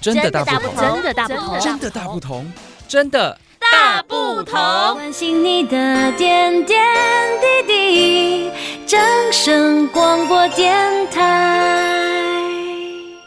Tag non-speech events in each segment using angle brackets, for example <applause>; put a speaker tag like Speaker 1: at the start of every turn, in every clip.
Speaker 1: 真的大不
Speaker 2: 不
Speaker 1: 同，
Speaker 2: 真的大不同，
Speaker 1: 真的大不同，真的
Speaker 2: 大不同。
Speaker 3: 关心你的点点滴滴，掌声广播电台。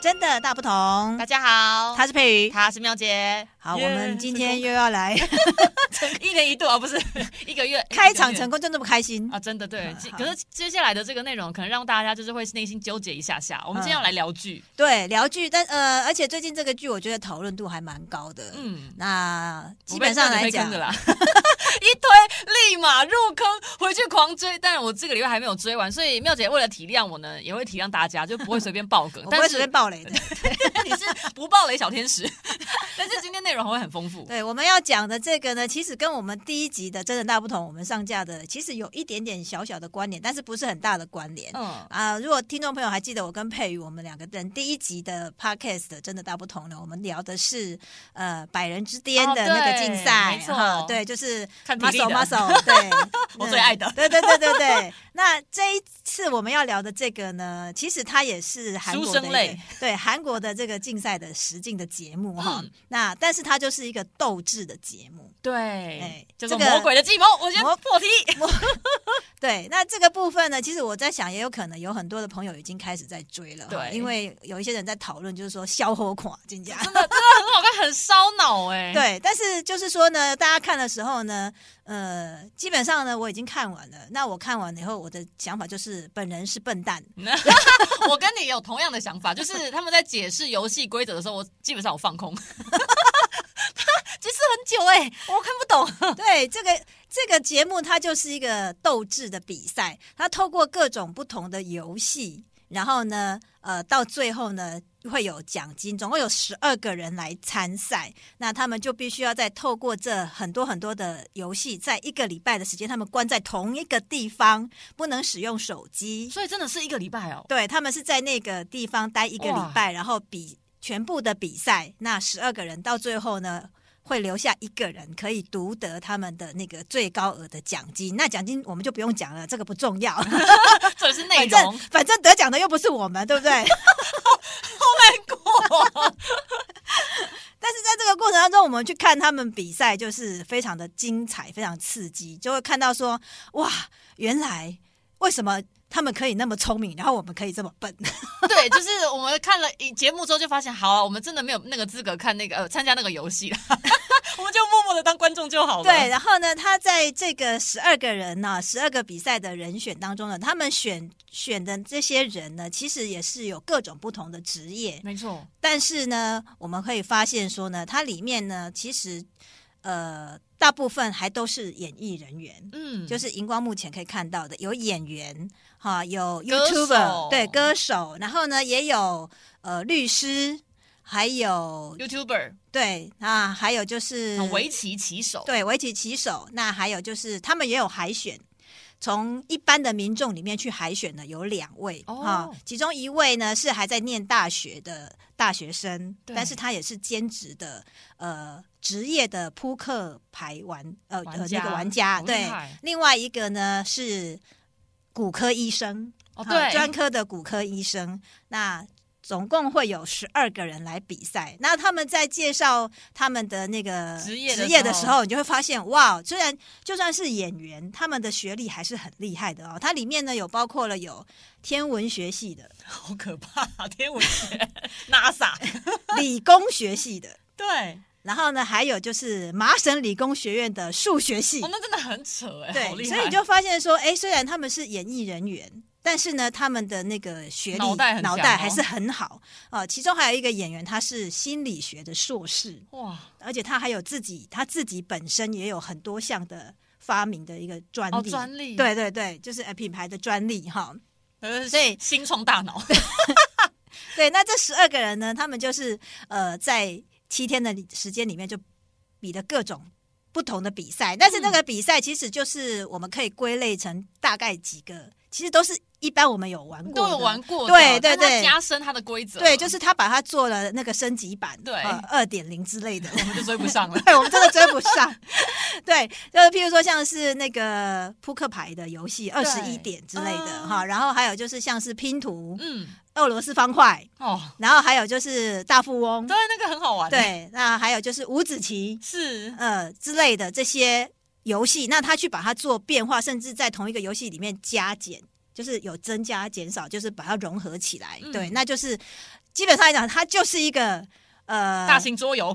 Speaker 4: 真的大不同
Speaker 2: 大。家好，
Speaker 4: 嗯他是佩瑜，
Speaker 2: 他是妙姐，
Speaker 4: 好，
Speaker 2: 耶
Speaker 4: 我们今天
Speaker 2: 成
Speaker 4: 又要来 <laughs>
Speaker 2: 功一年一度啊，不是 <laughs> 一个月
Speaker 4: 开场成
Speaker 2: 功
Speaker 4: 功，真这么开心
Speaker 2: 啊，真的对
Speaker 4: 嗯。
Speaker 2: 其
Speaker 4: 好
Speaker 2: 可是接下来的这个内容，可能让大家就是会内心纠结一下
Speaker 4: 嗯
Speaker 2: 下。我们今天要来聊剧，
Speaker 4: 对，聊剧，但呃，而且最近这个剧，我觉得讨论度还蛮高的。嗯，
Speaker 2: 嗯，
Speaker 4: 那基本上来讲
Speaker 2: 我被推坑的，啦， <laughs> 一推立马入坑，回去狂追。但是我这个礼拜还没有追完，所以妙姐为了体谅我呢，也会体谅大家，就不会随便爆梗
Speaker 4: <laughs> 我。不
Speaker 2: 但
Speaker 4: 会
Speaker 2: 是
Speaker 4: 随
Speaker 2: <laughs>
Speaker 4: 便爆雷的。
Speaker 2: 你是不爆雷小天使， <laughs> 但是今天内容会很丰富。
Speaker 4: 对，我们要讲的这个呢，其实跟我们第一集的真的大不同，我们上架的其实有一点点小小的关联，但是不是很大的关联。
Speaker 2: 嗯，
Speaker 4: 啊、如果听众朋友还记得我跟佩宇，我们两个人第一集的 podcast 真的大不同呢，我们聊的是呃百人之巅
Speaker 2: 哦
Speaker 4: 的那个
Speaker 2: 对
Speaker 4: 竞赛
Speaker 2: 没错
Speaker 4: 哈，对，就是
Speaker 2: 看体力
Speaker 4: muscle
Speaker 2: 的，
Speaker 4: muscle，对
Speaker 2: <laughs>
Speaker 4: 嗯
Speaker 2: 我最爱的
Speaker 4: 对对对对对。那这一次我们要聊的这个呢，其实它也是韩国
Speaker 2: 书
Speaker 4: 的一
Speaker 2: 生
Speaker 4: 个
Speaker 2: 类
Speaker 4: 对韩国的这个竞赛的实境的节目哈、
Speaker 2: 嗯
Speaker 4: 那但是它就是一个斗志的节目，
Speaker 2: 对
Speaker 4: 哎，
Speaker 2: 叫做
Speaker 4: 这个
Speaker 2: 魔鬼的计谋，我先
Speaker 4: 魔
Speaker 2: 破题。
Speaker 4: 对，那这个部分呢，其实我在想，也有可能有很多的朋友已经开始在追了哈，
Speaker 2: 对
Speaker 4: 因为有一些人在讨论，就是说消火款进家。
Speaker 2: 真的真的很好看，很烧脑哎。，
Speaker 4: 对，但是就是说呢，大家看的时候呢，呃，基本上呢，我已经看完了。那我看完以后，我的想法就是，本人是笨蛋，
Speaker 2: <laughs> 我跟你有同样的想法，就是他们在解释游戏规则的时候，我基本上我放 <laughs> 空。他解释很久哎、我看不懂。
Speaker 4: <laughs> 对这个这个节目，它就是一个斗志的比赛，它透过各种不同的游戏，然后呢，呃，到最后呢。会有奖金，总共有十二个人来参赛，那他们就必须要再透过这很多很多的游戏，在一个礼拜的时间，他们关在同一个地方，不能使用手机。
Speaker 2: 所以真的是一个礼拜哦。
Speaker 4: 对他们是在那个地方待一个礼拜，然后比全部的比赛，那十二个人到最后呢。会留下一个人可以独得他们的那个最高额的奖金，那奖金我们就不用讲了，这个不重要。
Speaker 2: 这也是内
Speaker 4: 反
Speaker 2: 容
Speaker 4: 正，反正得奖的又不是我们，对不对？ <laughs> 但是在这个过程当中，我们去看他们比赛，就是非常的精彩，非常刺激，就会看到说，哇，原来为什么他们可以那么聪明，然后我们可以这么笨？
Speaker 2: <laughs> 对，就是我们看了一节目之后就发现，好啊，我们真的没有那个资格看那个呃参加那个游戏了， <laughs> 我们就默默的当观众就好了。
Speaker 4: 对，，然后呢，他在这个十二个人呢、十二个比赛的人选当中呢，他们选选的这些人呢，其实也是有各种不同的职业，
Speaker 2: 没错，
Speaker 4: 但是呢，我们可以发现说呢，它里面呢，其实呃，大部分还都是演艺人员。
Speaker 2: 嗯，
Speaker 4: 就是荧光幕前可以看到的，有演员哈，有
Speaker 2: 歌手
Speaker 4: YouTuber，对歌手，然后呢也有呃律师，还有
Speaker 2: YouTuber
Speaker 4: 对啊，还有就是
Speaker 2: 从围棋棋手，
Speaker 4: 对，围棋棋手。那还有就是，他们也有海选，从一般的民众里面去海选的有两位啊、
Speaker 2: 哦
Speaker 4: 其中一位呢是还在念大学的大学生，
Speaker 2: 对
Speaker 4: 但是他也是兼职的呃职业的扑克牌玩呃
Speaker 2: 玩
Speaker 4: 呃
Speaker 2: 家
Speaker 4: 那个玩家，
Speaker 2: 好厉
Speaker 4: 对
Speaker 2: 害。
Speaker 4: 另外一个呢是骨科医生，
Speaker 2: 哦
Speaker 4: 啊
Speaker 2: 对，
Speaker 4: 专科的骨科医生。那总共会有十二个人来比赛。那他们在介绍他们的那个
Speaker 2: 职业的
Speaker 4: 职业的时候，你就会发现，哇，虽然就算是演员，他们的学历还是很厉害的哦。它里面呢有包括了有天文学
Speaker 2: <laughs>
Speaker 4: 系的、
Speaker 2: 好可怕、天文学 <laughs> NASA，
Speaker 4: 理工学系的，
Speaker 2: 对，
Speaker 4: 然后呢还有就是麻省理工学院的数学系
Speaker 2: 哦，。那真的很扯 <laughs> 哎、
Speaker 4: 对
Speaker 2: 好，厉害，
Speaker 4: 所以你就发现说，哎，虽然他们是演艺人员，但是呢，他们的那个学历、
Speaker 2: 脑袋很强哦
Speaker 4: 还是很好啊、呃其中还有一个演员，他是心理学的硕士，
Speaker 2: 哇，
Speaker 4: 而且他还有自己，他自己本身也有很多项的发明的一个专利。
Speaker 2: 哦，专利，，
Speaker 4: 对对对，就是呃品牌的专利哈。
Speaker 2: 呃，
Speaker 4: 所以
Speaker 2: 新创大脑，
Speaker 4: 对，那这十二个人呢，他们就是呃，在七天的时间里面就比了各种不同的
Speaker 2: 嗯
Speaker 4: 比赛，但是那个比赛其实就是我们可以归类成大概几个，其实都是一般我们有玩
Speaker 2: <laughs>
Speaker 4: 过的，
Speaker 2: 都有玩过的，
Speaker 4: 对对
Speaker 2: 但是它
Speaker 4: 对
Speaker 2: 加深它的规则，
Speaker 4: 对，就是他把它做了那个升级版，呃
Speaker 2: 对
Speaker 4: 二点零之类的。。
Speaker 2: 我们就追不上了
Speaker 4: <laughs> 对，我们真的追不上。对，就是譬如说像是那个扑克牌的游戏，二十一点之类的
Speaker 2: 嗯
Speaker 4: 哈、然后还有就是像是拼图、
Speaker 2: 嗯，
Speaker 4: 俄罗斯方块，
Speaker 2: 哦，
Speaker 4: 然后还有就是大富翁
Speaker 2: 对，，那个很好玩，，
Speaker 4: 对，那还有就是五子棋，
Speaker 2: 是，
Speaker 4: 呃之类的这些游戏，那他去把它做变化，甚至在同一个游戏里面加减，就是有增加、减少，就是把它融合起来。
Speaker 2: 嗯
Speaker 4: 对，那就是基本上来讲，它就是一个呃，
Speaker 2: 大型桌游，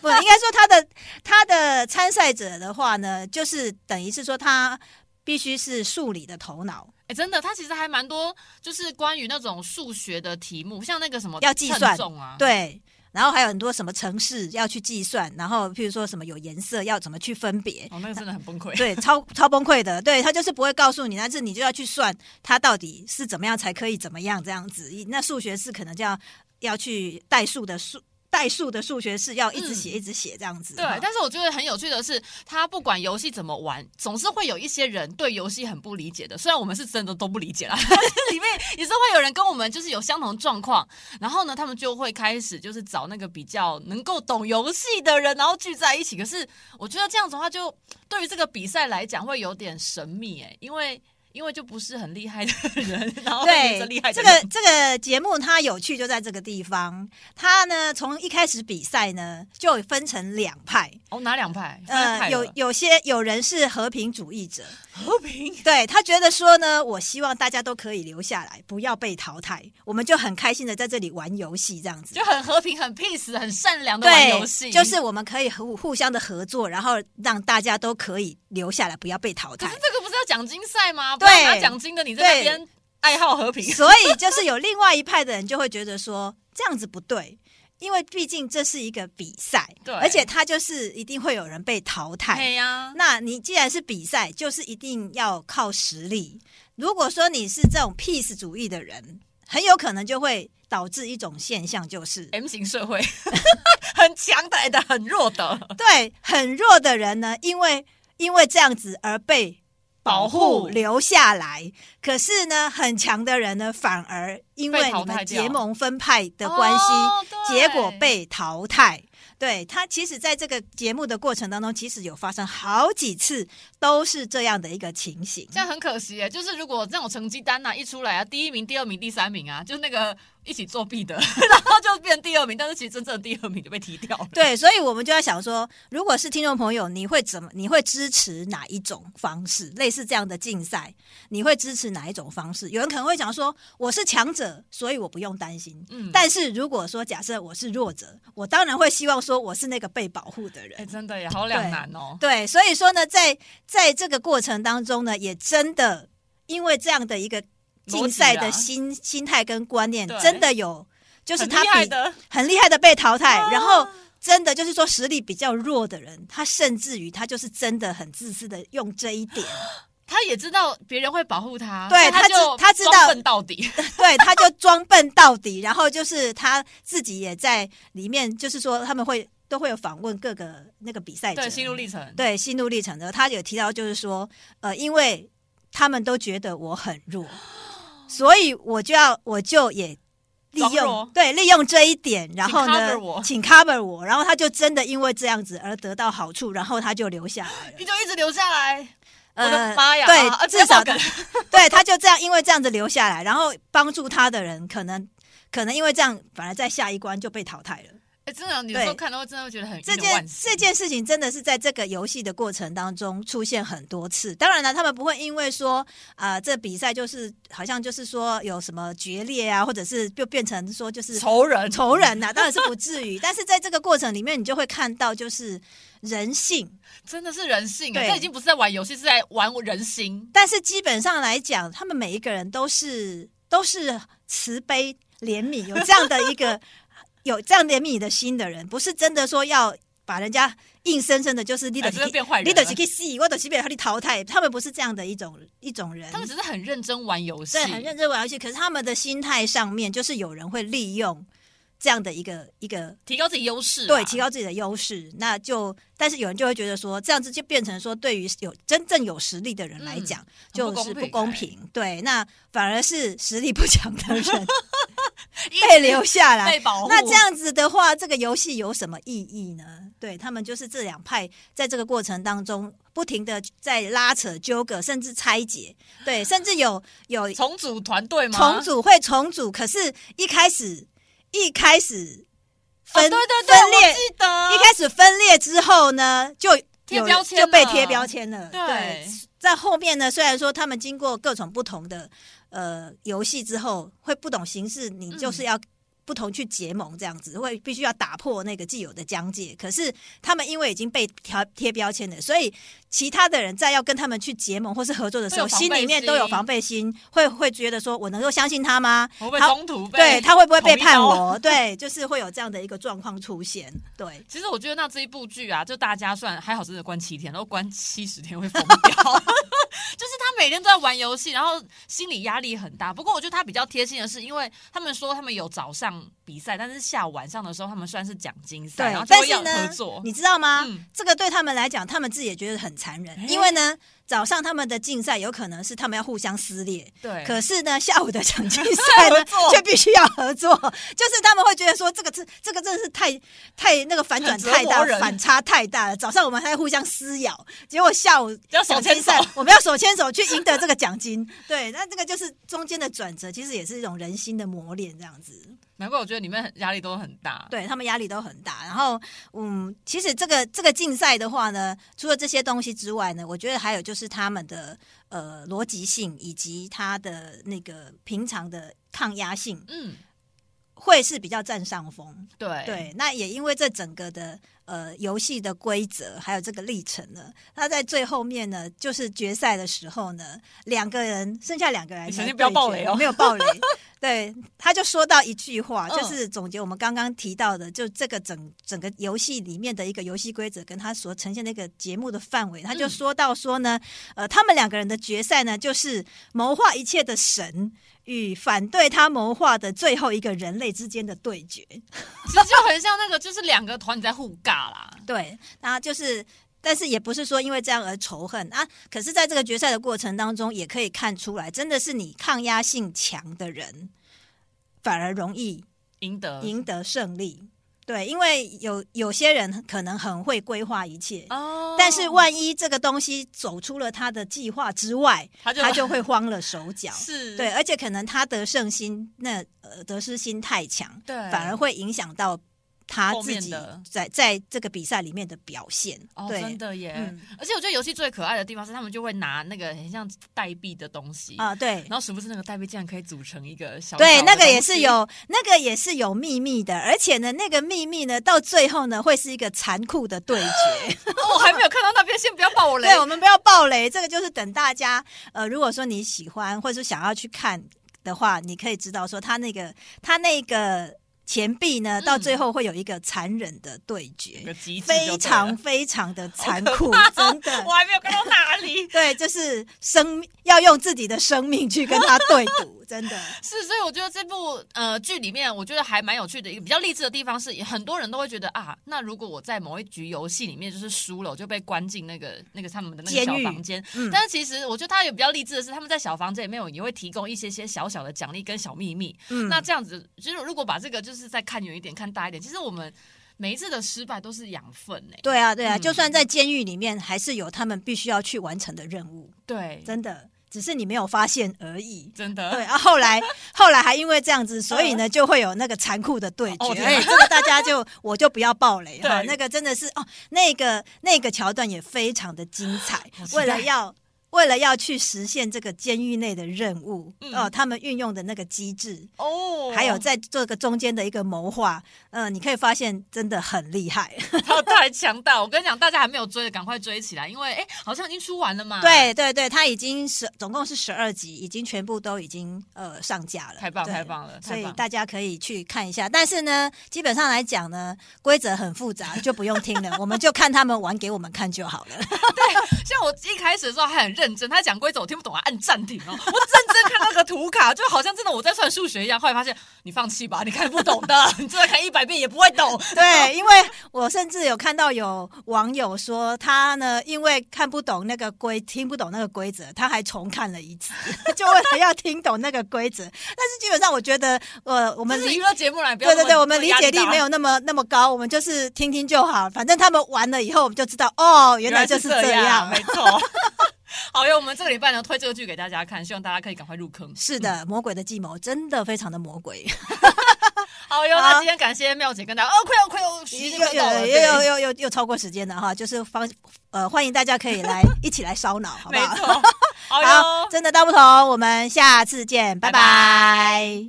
Speaker 4: 不应该说他的他的参赛者的话呢，就是等于是说他必须是数理的头脑，
Speaker 2: 哎、真的，它其实还蛮多，就是关于那种数学的题目，像那个什么
Speaker 4: 要计
Speaker 2: 称
Speaker 4: 算
Speaker 2: 重啊，，
Speaker 4: 对。然后还有很多什么城市要去计算，然后譬如说什么有颜色要怎么去分别，
Speaker 2: 哦，那个真的很崩溃。
Speaker 4: 对，超超崩溃的。对他就是不会告诉你，但是你就要去算他到底是怎么样才可以怎么样这样子。那数学是可能就要要去代数的数。代数的数学是要一直写、
Speaker 2: 嗯
Speaker 4: 一直写这样子，
Speaker 2: 对
Speaker 4: 哈，
Speaker 2: 但是我觉得很有趣的是，他不管游戏怎么玩，总是会有一些人对游戏很不理解的。虽然我们是真的都不理解啦， <laughs> 但是里面也是会有人跟我们就是有相同状况，然后呢，他们就会开始就是找那个比较能够懂游戏的人，然后聚在一起。可是我觉得这样子的话就，对于这个比赛来讲会有点神秘哎、因为因为就不是很厉害的人，然后
Speaker 4: 对
Speaker 2: 对着厉害的
Speaker 4: 这
Speaker 2: 人
Speaker 4: 个这个节目它有趣就在这个地方，它呢从一开始比赛呢就分成两派，
Speaker 2: 哦哪两派？分
Speaker 4: 呃，
Speaker 2: 派
Speaker 4: 有
Speaker 2: 了
Speaker 4: 有些有人是和平主义者，
Speaker 2: 和平
Speaker 4: 对他觉得说呢，我希望大家都可以留下来，不要被淘汰，我们就很开心的在这里玩游戏这样子。
Speaker 2: 就很和平、很 peace、很善良的玩游戏，
Speaker 4: 对，就是我们可以互互相的合作，然后让大家都可以留下来，不要被淘
Speaker 2: 可
Speaker 4: 汰
Speaker 2: 是。这个不是要奖金赛吗？
Speaker 4: 对
Speaker 2: 不要拿奖金的你在那边爱好和 <laughs> 平，
Speaker 4: 所以就是有另外一派的人就会觉得说这样子不对，因为毕竟这是一个比赛，
Speaker 2: 对
Speaker 4: 而且他就是一定会有人被淘汰。
Speaker 2: 对呀、
Speaker 4: 那你既然是比赛，就是一定要靠实力。如果说你是这种 peace 主义的人，很有可能就会导致一种现象，就是
Speaker 2: M 型社
Speaker 4: <laughs>
Speaker 2: 会很强的，的很弱的，
Speaker 4: 对很弱的人呢，因为因为这样子而被
Speaker 2: 保护
Speaker 4: 留下来。可是呢，很强的人呢，反而因为
Speaker 2: 被淘
Speaker 4: 你
Speaker 2: 汰掉
Speaker 4: 们结盟分派的关系，
Speaker 2: 哦对
Speaker 4: 结果被淘汰。对他，其实在这个节目的过程当中，其实有发生好几次都是这样的一个情形。
Speaker 2: 这样很可惜耶。就是如果这种成绩单呐、一出来啊，第一名、第二名、第三名啊，就是那个一起作弊的， <laughs> 然后就变第二名，但是其实真正的第二名就被踢掉了。
Speaker 4: 对，所以我们就要想说，如果是听众朋友，你会怎么？你会支持哪一种方式？类似这样的竞赛，你会支持哪一种方式？有人可能会讲说，我是强者，所以我不用担心。
Speaker 2: 嗯
Speaker 4: 但是如果说假设我是弱者，我当然会希望说我是那个被保护的
Speaker 2: 哎、
Speaker 4: 人。
Speaker 2: 真的也好两难哦。
Speaker 4: 对，所以说呢，在在这个过程当中呢，也真的因为这样的一个竞赛
Speaker 2: 逻辑啊
Speaker 4: 的心、心态跟观念，
Speaker 2: 对
Speaker 4: 真的有，就是
Speaker 2: 很
Speaker 4: 他
Speaker 2: 厉害
Speaker 4: 比
Speaker 2: 的，
Speaker 4: 很厉害的被淘汰，
Speaker 2: 啊
Speaker 4: 然后真的就是说实力比较弱的人，他甚至于他就是真的很自私的用这一点，
Speaker 2: 他也知道别人会保护他，
Speaker 4: 对
Speaker 2: 所以
Speaker 4: 他
Speaker 2: 他
Speaker 4: 知
Speaker 2: 就
Speaker 4: 他知道
Speaker 2: 装笨到底。
Speaker 4: <laughs> 对，他就装笨到底，然后就是他自己也在里面，就是说他们会都会有访问各个那个比赛者，
Speaker 2: 对，心路历程。
Speaker 4: 对心路历程的，他有提到就是说，呃，因为他们都觉得我很
Speaker 2: <gasps>
Speaker 4: 弱，所以我就要我就也利
Speaker 2: 装
Speaker 4: 用
Speaker 2: 弱
Speaker 4: 对利用这一点，然后呢
Speaker 2: cover，我
Speaker 4: 请 cover 我，然后他就真的因为这样子而得到好处，然后他就留下来了
Speaker 2: 你。就一直留下来，我
Speaker 4: 呃
Speaker 2: 的，妈呀！
Speaker 4: 对，
Speaker 2: 啊啊
Speaker 4: 至少
Speaker 2: 不要爆梗 <laughs>
Speaker 4: 对，他就这样因为这样子留下来，然后帮助他的人可能可能因为这样，反而在下一关就被淘汰了。
Speaker 2: 哎，真的，有时
Speaker 4: 对
Speaker 2: 候看到真的会觉得很
Speaker 4: 这
Speaker 2: 有点
Speaker 4: 件
Speaker 2: 惋惜
Speaker 4: 这件事情真的是在这个游戏的过程当中出现很多次。当然了，他们不会因为说啊、呃这比赛就是好像就是说有什么决裂啊，或者是就变成说就是
Speaker 2: 仇人，
Speaker 4: 仇人呐、当然是不至于。 <laughs> 但是在这个过程里面，你就会看到就是人性。
Speaker 2: 真的是人性啊！
Speaker 4: 对
Speaker 2: 这已经不是在玩游戏，是在玩人心。
Speaker 4: 但是基本上来讲，他们每一个人都是都是慈悲怜悯，有这样的一个 <laughs> 有这样怜悯的心的人，不是真的说要把人家硬生生的就是你
Speaker 2: 你
Speaker 4: 的、
Speaker 2: 真的哎变坏人啊
Speaker 4: 你
Speaker 2: 了
Speaker 4: 等是去死，我等是被他的淘汰。他们不是这样的一种一种人，
Speaker 2: 他们只是很认真玩游戏，
Speaker 4: 对很认真玩游戏，可是他们的心态上面就是有人会利用这样的一个一个
Speaker 2: 提高自己优势啊，
Speaker 4: 对，提高自己的优势，那就但是有人就会觉得说，这样子就变成说，对于有真正有实力的人来讲，
Speaker 2: 嗯很不
Speaker 4: 就是
Speaker 2: 公平
Speaker 4: 不
Speaker 2: 哎
Speaker 4: 公平。对，那反而是实力不强的人
Speaker 2: <laughs> 一
Speaker 4: 被留下来
Speaker 2: 被。保护。
Speaker 4: 那这样子的话，这个游戏有什么意义呢？对他们就是这两派在这个过程当中不停的在拉扯、纠葛，甚至拆解。对，甚至有有
Speaker 2: 重组团队吗？哦
Speaker 4: 重组会重组，可是一开始一开始
Speaker 2: 哦，
Speaker 4: 分、
Speaker 2: 对对对，
Speaker 4: 分裂
Speaker 2: 我记得
Speaker 4: 一开始分裂之后呢，就
Speaker 2: 啊贴
Speaker 4: 有
Speaker 2: 标签了
Speaker 4: 就被贴标签了。
Speaker 2: 对
Speaker 4: 在后面呢，虽然说他们经过各种不同的呃游戏之后，会不懂形式，你
Speaker 2: 嗯
Speaker 4: 就是要。不同去结盟这样子，会必须要打破那个既有的疆界。可是他们因为已经被贴贴标签了，所以其他的人在要跟他们去结盟或是合作的时候，
Speaker 2: 会有防备
Speaker 4: 心
Speaker 2: 心
Speaker 4: 里面都有防备心，会会觉得说我能够相信他吗？
Speaker 2: 会不会
Speaker 4: 他
Speaker 2: 中途被
Speaker 4: 对他会不会背叛
Speaker 2: 捅一刀？
Speaker 4: 我？对，就是会有这样的一个状况出现。对，
Speaker 2: 其实我觉得那这一部剧啊，就大家算还好，真的关七天，然后关七十天会疯掉。 <laughs> 就是他每天都在玩游戏，然后心理压力很大。不过我觉得他比较贴心的是，因为他们说他们有早上比赛，但是下午晚上的时候他们算是奖金赛，然后就
Speaker 4: 但
Speaker 2: 会
Speaker 4: 是
Speaker 2: 要
Speaker 4: 呢
Speaker 2: 合作，。
Speaker 4: 你知道吗？
Speaker 2: 嗯
Speaker 4: 这个对他们来讲，他们自己也觉得很残忍，
Speaker 2: 哎
Speaker 4: 因为呢，早上他们的竞赛有可能是他们要互相撕裂，
Speaker 2: 对，
Speaker 4: 可是呢，下午的奖金
Speaker 2: <laughs>
Speaker 4: 赛
Speaker 2: 合
Speaker 4: 呢
Speaker 2: 作
Speaker 4: 却必须要合作， <laughs> 就是他们会觉得说这个这这个真的是太太那个反转
Speaker 2: 很折
Speaker 4: 太大
Speaker 2: 磨，人
Speaker 4: 反差太大了。早上我们还互相撕咬，结果下午
Speaker 2: 要手
Speaker 4: 奖
Speaker 2: 牵
Speaker 4: 金赛
Speaker 2: 手
Speaker 4: <laughs> 我们要手牵手去赢得这个奖金。对，那这个就是中间的转折，其实也是一种人心的磨练，这样子。
Speaker 2: 难怪我觉得里面很压力都很大。
Speaker 4: 对他们压力都很大。然后，嗯，其实这个这个竞赛的话呢，除了这些东西之外呢，我觉得还有就是他们的呃逻辑性以及他的那个平常的抗压性
Speaker 2: 嗯，
Speaker 4: 会是比较占上风。
Speaker 2: 对
Speaker 4: 对，那也因为这整个的呃游戏的规则还有这个历程呢，那在最后面呢，就是决赛的时候呢，两个人剩下两个人来
Speaker 2: 你
Speaker 4: 对决，
Speaker 2: 小心不要爆雷哦
Speaker 4: 我没有爆
Speaker 2: <laughs>
Speaker 4: 雷。对，他就说到一句话，
Speaker 2: 嗯
Speaker 4: 就是总结我们刚刚提到的，就这个整整个游戏里面的一个游戏规则，跟他所呈现的一个节目的范围，他就
Speaker 2: 嗯
Speaker 4: 说到说呢，呃，他们两个人的决赛呢，就是谋划一切的神与反对他谋划的最后一个人类之间的对决。
Speaker 2: 其实就很像那个，就是两个团你在互尬啦。
Speaker 4: 对，那就是。但是也不是说因为这样而仇恨啊，可是在这个决赛的过程当中，也可以看出来，真的是你抗压性强的人，反而容易
Speaker 2: 赢得
Speaker 4: 赢得胜利。对，因为有有些人可能很会规划一切，
Speaker 2: 哦
Speaker 4: 但是万一这个东西走出了他的计划之外，
Speaker 2: 他就。
Speaker 4: 他就会慌了手脚
Speaker 2: <laughs> 是
Speaker 4: 对，而且可能他得胜心那呃得失心太强，
Speaker 2: 对，
Speaker 4: 反而会影响到他
Speaker 2: 后
Speaker 4: 自
Speaker 2: 面
Speaker 4: 己
Speaker 2: 的
Speaker 4: 在在这个比赛里面的表现。
Speaker 2: 哦，
Speaker 4: 对，
Speaker 2: 真的耶。
Speaker 4: 嗯
Speaker 2: 而且我觉得游戏最可爱的地方是，他们就会拿那个很像代币的东西，
Speaker 4: 啊，对
Speaker 2: 然。后殊不知那个代币竟然可以组成一个小
Speaker 4: 对，
Speaker 2: 小的
Speaker 4: 那个也
Speaker 2: 东西
Speaker 4: 是有，那个也是有秘密的，而且呢，那个秘密呢，到最后呢，会是一个残酷的
Speaker 2: <gasps>
Speaker 4: 对决。
Speaker 2: 哦我还没有看到那边，先不要爆我雷
Speaker 4: 对，。我们不要暴雷，这个就是等大家，呃，如果说你喜欢或者说想要去看的话，你可以知道说他那个他那个钱币呢，到
Speaker 2: 嗯
Speaker 4: 最后会有一个残忍的对决，
Speaker 2: 有个机制就对了
Speaker 4: 非常非常的残酷，真的
Speaker 2: 我。还没有看到哪里。
Speaker 4: 对，就是生命要用自己的生命去跟他对赌，
Speaker 2: <laughs>
Speaker 4: 真的。
Speaker 2: 是，所以我觉得这部呃剧里面，我觉得还蛮有趣的一个比较励志的地方是，很多人都会觉得啊，那如果我在某一局游戏里面就是输了，我就被关进那个那个他们的那个
Speaker 4: 监
Speaker 2: 小
Speaker 4: 狱
Speaker 2: 房间。
Speaker 4: 嗯
Speaker 2: 但是其实我觉得他有比较励志的是，他们在小房间里面有也会提供一些些小小的奖励跟小秘密。
Speaker 4: 嗯
Speaker 2: 那这样子，就是如果把这个就是再看远一点、看大一点，其实我们每一次的失败都是养分呢、
Speaker 4: 对啊，对啊，
Speaker 2: 嗯
Speaker 4: 就算在监狱里面，还是有他们必须要去完成的任务，
Speaker 2: 对，
Speaker 4: 真的，只是你没有发现而已。
Speaker 2: 真 <laughs> 的。
Speaker 4: 对啊，后来后来还因为这样子，所以呢就会有那个残酷的对决。
Speaker 2: 嗯哦天啊
Speaker 4: 哎，这个大家
Speaker 2: <laughs>
Speaker 4: 就我就不要爆雷哈，
Speaker 2: 对
Speaker 4: 那个真的是哦，那个那个桥段也非常的精彩
Speaker 2: 好。期待
Speaker 4: 为了要为了要去实现这个监狱内的任务，
Speaker 2: 嗯
Speaker 4: 哦，他们运用的那个机制，
Speaker 2: 哦，<laughs>
Speaker 4: 还有在这个中间的一个谋划，嗯、你可以发现真的很
Speaker 2: <laughs>
Speaker 4: 厉害。
Speaker 2: 他太强大！我跟你讲，大家还没有追的，赶快追起来，因为哎、好像已经出完了嘛。，
Speaker 4: 对对对，他已经十总共是十二集，已经全部都已经呃上架了，
Speaker 2: 太棒
Speaker 4: 对
Speaker 2: 太棒了
Speaker 4: 所
Speaker 2: 太
Speaker 4: 以
Speaker 2: 棒
Speaker 4: 大家可以去看一下。但是呢，基本上来讲呢，规则很
Speaker 2: <laughs>
Speaker 4: 复杂，就不用听了，我们就看他们玩给我们看就好了。
Speaker 2: 像我一开始的时候还很认认真，他讲规则我听不懂，还按暂停哦。我认真看那个图卡，就好像真的我在算数学一样。后来发现你放弃吧，你看不懂的， <laughs> 你真的看一百遍也不会懂。
Speaker 4: 对， <laughs> 因为我甚至有看到有网友说，他呢因为看不懂那个规，听不懂那个规则，他还重看了一次， <laughs> 就为了要听懂那个规则。但是基本上，我觉得，呃，我
Speaker 2: 我
Speaker 4: 们
Speaker 2: 是
Speaker 4: 理
Speaker 2: 娱乐节目啦，你不要
Speaker 4: 对对对，
Speaker 2: 那么
Speaker 4: 我们理解力没。有那么那么高，我们就是听听就好。反正他们玩了以后，我们就知道，哦，原
Speaker 2: 原
Speaker 4: 来
Speaker 2: 来
Speaker 4: 就是
Speaker 2: 这
Speaker 4: 这样。
Speaker 2: 没
Speaker 4: <laughs>
Speaker 2: 错。好哟，我们这个礼拜呢推这个剧给大家看，希望大家可以赶快入坑。
Speaker 4: 是的，魔鬼的计谋真的非常的魔
Speaker 2: <laughs>
Speaker 4: 鬼，
Speaker 2: 好哟，
Speaker 4: 好
Speaker 2: 那今天感谢妙姐跟大家，哦，快要快要时间
Speaker 4: 又
Speaker 2: 快到
Speaker 4: 又
Speaker 2: 了，
Speaker 4: 又又
Speaker 2: 对
Speaker 4: 又又又超过时间了哈，就是方呃，欢迎大家可
Speaker 2: <laughs>
Speaker 4: 以来一起来烧脑，好不
Speaker 2: 没
Speaker 4: 好？
Speaker 2: 错，好
Speaker 4: 好，
Speaker 2: 哟，
Speaker 4: 真的大不同，我们下次见，拜
Speaker 2: 拜
Speaker 4: 拜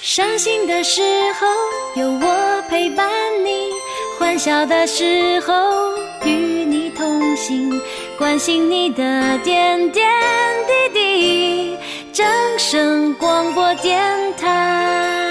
Speaker 3: 伤心的时候有我陪伴你，欢笑的时候与你同行，关心你的点点滴滴。掌声广播电台。